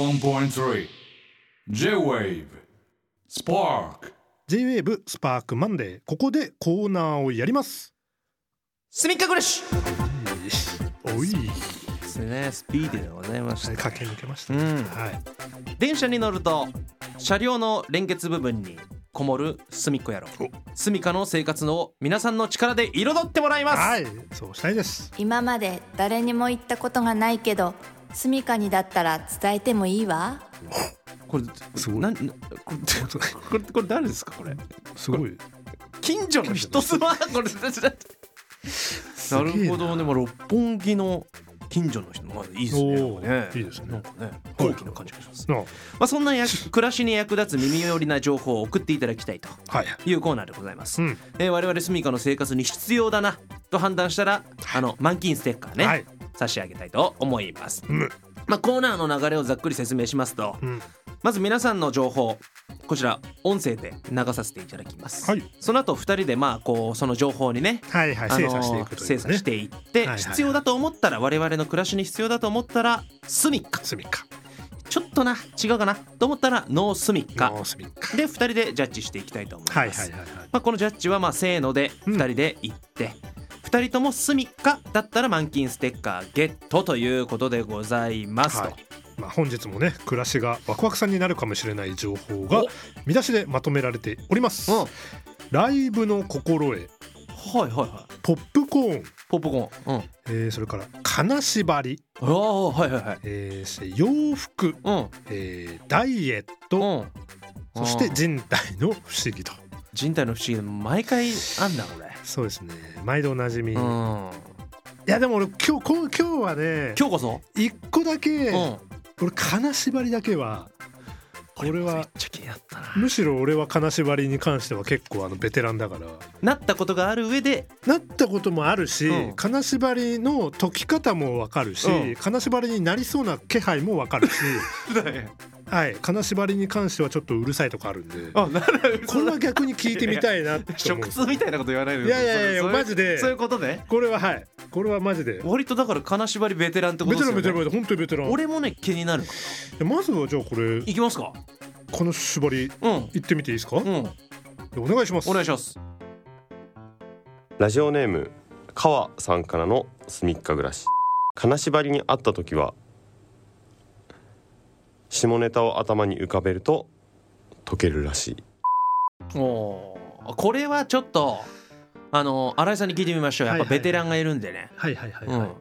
81.3 J-Wave Spark J-WAVE スパークマンデーここでコーナーをやりますスミッカグレッシュおいですねスピーディーでございました、駆け抜けましたうね、ん、はい電車に乗ると車両の連結部分にこもるすみっこ野郎すみかの生活を皆さんの力で彩ってもらいます、はいそうしたいです今まで誰にも言ったことがないけど住処にだったら伝えてもいいわこれすごいなんこれこれこれ誰ですかこれすごい近所の人妻 これなるほどね、まあ、六本木の近所の人まあいいですねおーなんかねいいですねなんかね高貴な感じがします、のまあ、そんなや暮らしに役立つ耳寄りな情報を送っていただきたいとはいいうコーナーでございます、うんえー我々スミカの生活に必要だなと判断したらあの満金ステッカーね、はい差し上げたいと思います、うんまあ、コーナーの流れをざっくり説明しますとうんまず皆さんの情報こちら音声で流させていただきます、はいその後2人でまあこうその情報にねはいはいあ精の査していくというね精査していって、はいはい必要だと思ったら我々の暮らしに必要だと思ったらスミカスミカちょっとな違うかなと思ったらノースミカのスミカで2人でジャッジしていきたいと思います、はいはいはいはいまあ、このジャッジはまあせーのでうん2人で行って、二2人ともスミカだったら満金ステッカーゲットということでございますと、はいまあ、本日もね暮らしがワクワクさんになるかもしれない情報がお見出しでまとめられております、うんライブの心得はいはいはいポップコーン、ポップコーンうんえーそれから金縛り、ああはいはいはいえーそして洋服、うんえーダイエット、うんそしてうん人体の不思議と人体の不思議毎回あんだこれそうですね毎度おなじみ、ういんやでも俺今日こう今日はね今日こそ、一個だけ、うん俺金縛りだけはこれめっはちゃ気になったなむしろ俺は金縛りに関しては結構あのベテランだからなったことがある上でなったこともあるし、うん金縛りの解き方もわかるし、うん金縛りになりそうな気配もわかる し、はい、金縛りに関してはちょっとうるさいとこあるんで、あなるこれは逆に聞いてみたいなと思 食う。通みたいなこと言わないでいやいやいやそううマジでそういうことねこれははい、これはマジで。割とだから金縛りベテランってこベとでテすラよンベテランベテねラン本当にベテラン。俺もね気になるからまずはじゃあこれいきますか金縛りうん行ってみていいですか？うんお願いします。お願いしますラジオネーム川さんからのすみっか暮らし金縛りにあった時は下ネタを頭に浮かべると解けるらしいおーこれはちょっとあの新井さんに聞いてみましょうやっぱはいはいはいベテランがいるんでねはいはいはうん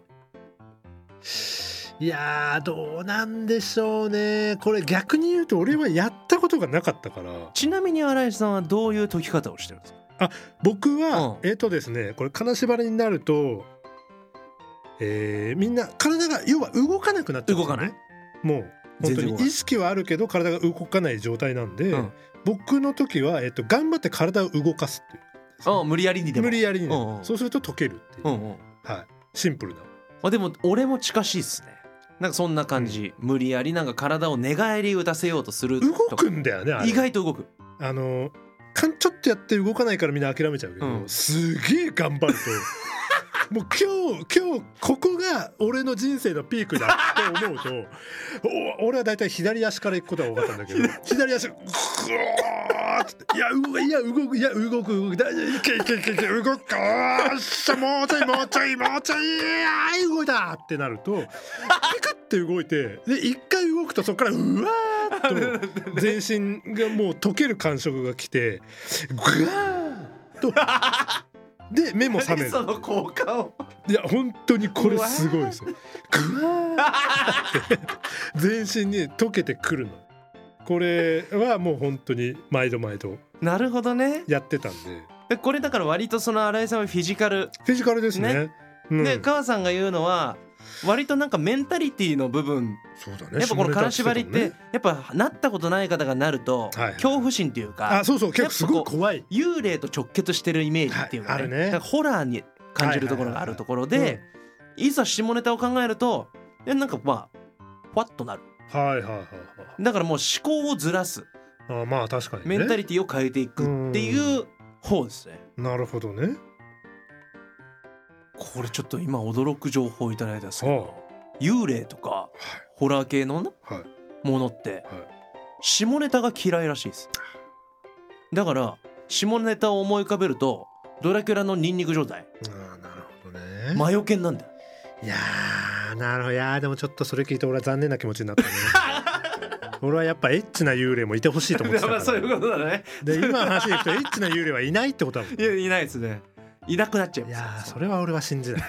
いやーどうなんでしょうね。これ逆に言うと俺はやったことがなかったから。ちなみに新井さんはどういう解き方をしてるんですか僕は、うえっ、とですねこれ金縛りになると、えーみんな体が要は動かなくなっちゃうんですよね動もう本当全然動かにない意識はあるけど体が動かない状態なんで、うん僕の時は、えっと頑張って体を動かすっていうあ無理やりにでも無理やりにね、うんうんそうすると溶けるっていう、うんうんはい、シンプルなあでも俺も近しいっすねなんかそんな感じ、無理やりなんか体を寝返り打たせようとするとか動くんだよねあれ意外と動くあのかんちょっとやって動かないからみんな諦めちゃうけど、うんすげえ頑張るともう今日今日ここが俺の人生のピークだって思うとお俺は大体左足から行くことが多かったんだけど左足グワーッていやういや動くいや動く動く大丈夫いけいけいけいけ動くかよっしゃもうちょいもうちょいもうちょいあー動いたってなるとピクって動いてで一回動くとそこからうわーっと全身がもう溶ける感触が来てグワーッとで目も覚める 何その効果をいや本当にこれすごいですよ。グワーって全身に溶けてくるの。これはもう本当に毎度毎度なるほどねやってたんででこれだから割とその新井さんはフィジカル、フィジカルですね。ねうん、で母さんが言うのは割となんかメンタリティの部分そうだねやっぱこの金縛りっ下ネてタやっぱなったことない方がなるはといはい恐怖心っていうとかねあかそうそう結構すごやいっぱこ怖い。幽霊と直結してるイメージっていうかはいあるねだからホラーに感じるところがあるところはいはいではいいざ下ネタを考えるとえなんかまあふわっとなるはいはいはいはい。だからもう思考をずらすあーまあ確かにね。メンタリティを変えていくっていう方ですねなるほどね。これちょっと今驚く情報をいただいたんですけどは幽霊とかホラー系のなはいものってはい下ネタが嫌いらしいですだから下ネタを思い浮かべるとドラキュラのニンニク状態あーなるほどね、魔除剣なん だよいやーなるほどいやーでもちょっとそれ聞いて俺は残念な気持ちにな ったね俺はやっぱエッチな幽霊もいてほしいと思ってたか らことだねで今の話でいくとエッチな幽霊はいないってことだもんいやいないですねいなくなっちゃいいまやーすそれは俺は信じない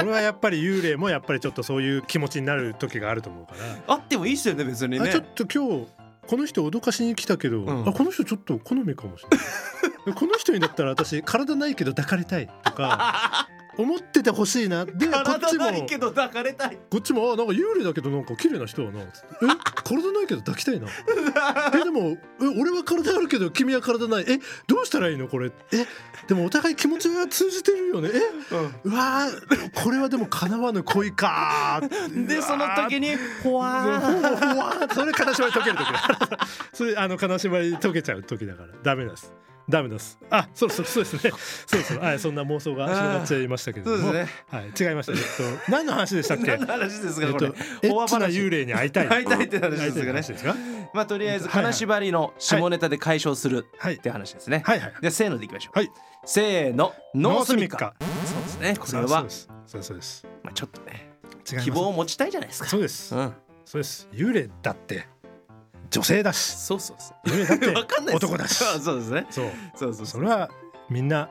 俺はやっぱり幽霊もやっぱりちょっとそういう気持ちになる時があると思うから、あってもいいっすよね別にあねちょっと今日この人脅かしに来たけど、んあこの人ちょっと好みかもしれないこの人にだったら私体ないけど抱かれたいとか 思っててほしいなでこっ体ちもないけど抱かれたいこっちもあなんか幽霊だけどなんか綺麗な人だなつってえ体ないけど抱きたいなえでもえ俺は体あるけど君は体ないえどうしたらいいのこれえでもお互い気持ちは通じてるよねえうわーこれはでも叶わぬ恋かーでその時ににほわ ーそれ金縛り解ける時だそれあの金縛り解けちゃう時だからダメなんですダメなんですあそろそろそうですねそうそうはいそんな妄想が広がっちゃいましたけれどもそうですねはい違いましたえっと何の話でしたっけ 何の話ですかえっことれ、エ大ッチな幽霊に会いたい会いたいって話ですかね会いたいって話かまあとりあえずはいは金い縛りの下ネタで解消するはいって話ですね、はいはいじゃあせーのでいきましょう、はいせーのノースミカそうですねここれれははそうですそうですそうまあ、ちょっとねです違います希望を持ちたいじゃないですかそうですうんそうです幽霊だって女性だしそうそうそ幽霊だっう わかんなていです男だしあそうですねそうそうそうそそうれはみんな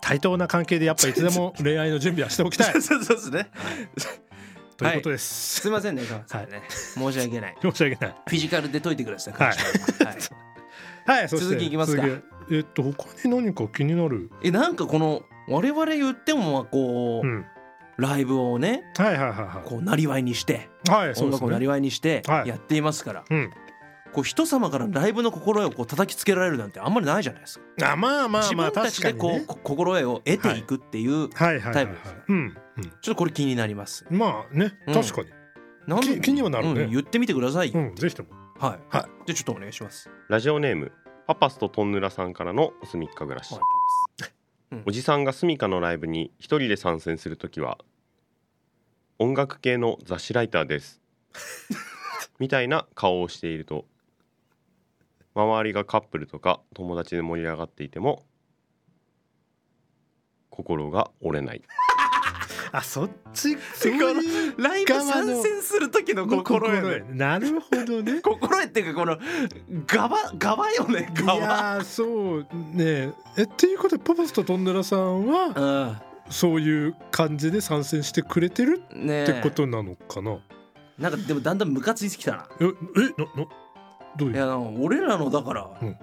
対等な関係でやっぱいつでも恋愛の準備はしておき たいそうそうですねということですす。いませんね川瀬さんね、申し訳ない申し訳ない。フィジカルで解いてください、はいはい、はい、そして続きいきますか続きえっと他に何か気になる。えなんかこの我々言ってもまあこう、うん。ライブをねはいはいはいはこうなりわいにして、い。はい、そう音で楽をすなりね。わいにしてはいやっていますから、うん。こう人様からライブの心得をこう叩きつけられるなんてあんまりないじゃないですか。あまあまあまあ自分た確ちかでにこう、ね。こ心得を得ていくっていう、ちょはいはいはタいイはプいですね。うん。っとこれ気になります。うん。まあねうん確かに。なんき気にはなるねうん言ってみてくださいよ。うんぜひとも。はい。はでちょっとお願いします。ラジオネームパパスとトンヌラさんからのすみっか暮らし、はいおじさんがスミカのライブに一人で参戦するときは音楽系の雑誌ライターです みたいな顔をしていると周りがカップルとか友達で盛り上がっていても心が折れないあそっちそういうライブ参戦する時の心得、ね。得。なるほど ね。心得っていうかこのガバガバよねいガバ。やーそうねえっていうことでパパスとトンネラさんはうそういう感じで参戦してくれてるん。ねっえ。てことなのかな。なんかでもだんだんムカついてきたな。ええななどういいうやなんか俺らのだから、うん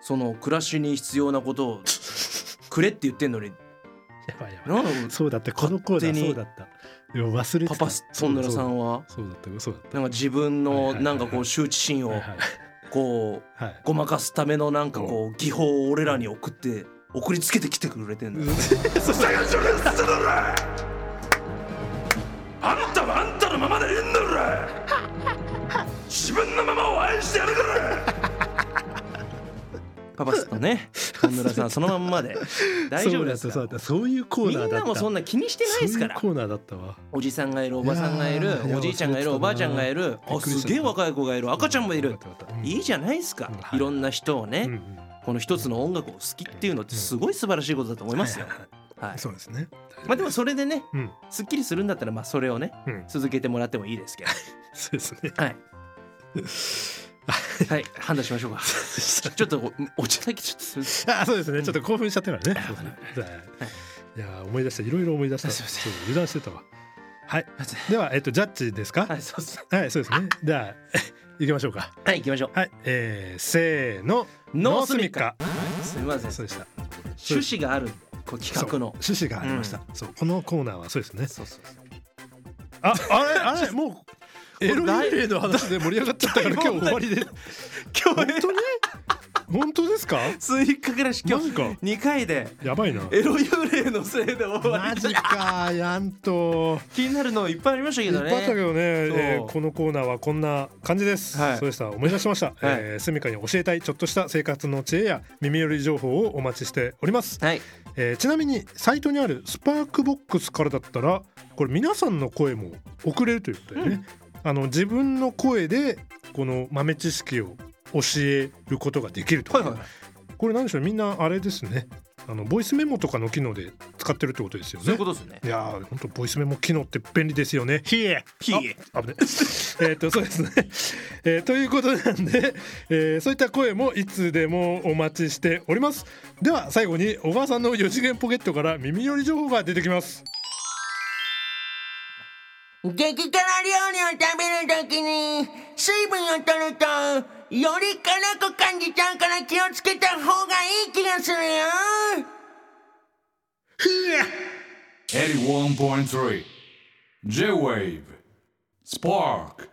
その暮らしに必要なことをくれって言ってんのにやばいやばいなんかそうだったこのコーナ勝手ーにそうだったいや忘れてパたパストンネルさそうんはそうだそうだそうだったそうだっなんか自分はいはいのはいはいなんかこう羞恥心たをはいはいこうはいごまかすためのなんかこう技法を俺らに送って送りつけてきてくれてんだよ。あんたはあんたのままでいいんだろ自分のままを愛してやるからパパス とねトンネルさんそのまんまで大丈夫でそすうかだったそうだったそういうコーみナーだんったなもそんな気にしてないですからそういうコーナーだったわおじさんがいるおばさんがいいるやーいやおじいちゃんがいる忘れてたなおばあちゃんがいるびあっくりしちゃっすたげえ若い子がいる赤ちゃんもいるわかったわかったうんいいじゃないですかうんはいいろんな人をうんうねんこの一つの音楽を好きっていうのってすごい素晴らしいことだと思いますよはいはいはいそうですねまあでもそれでねうんすっきりするんだったらまあそれをねうん続けてもらってもいいですけどそうです ねはいはい判断しましょうかちょっとお茶だけちょっとすいませんあそうですねちょっと興奮しちゃったからねそうですねはいいやー思い出したいろいろ思い出したすいませそう油断してたわはいませんではえっとジャッジですかはいそうっすねはいそうですねじゃあ 行きましょうかはい行きましょうはい、えー、せーの、ノノーーススミミカカ。すみませんそうでした。趣旨があるこう企画のそう趣旨がありました。そう、このコーナーはそうですね。そうそうそうあ、あれ、あれ、 もう。エロ幽霊の話で盛り上がっちゃったから、今日終わりで。今日本ね当に。本当ですか。追加暮らし今マ日ジか2回でやばいな。エロ幽霊のせいで終わマりジだか、やんと。気になるのいっぱいありましたいけっぱどいあねったけどね、そうえーこのコーナーはこんな感じです、はいそうでした思い出しました、えー、スミカに教えたいちょっとした生活の知恵や耳寄り情報をお待ちしておりますはいえーちなみにサイトにあるスパークボックスからだったらこれ皆さんの声も送れるということでね、あの自分の声でこの豆知識を教えることができると、はいはいはいこれなんでしょうみんなあれですねあのボイスメモとかの機能で使ってるってことですよね。そういうことですねいやー本当ボイスメモ機能って便利ですよね。ひえ。ひえあ危ね。 えっとそうですね、 えーということなんで、えーそういった声もいつでもお待ちしております。では最後に小川さんの四次元ポケットから耳寄り情報が出てきます。激辛料理を食べるときに水分を取るとより辛く感じちゃうから気をつけた方がいい気がするよ81.3 J-Wave Spark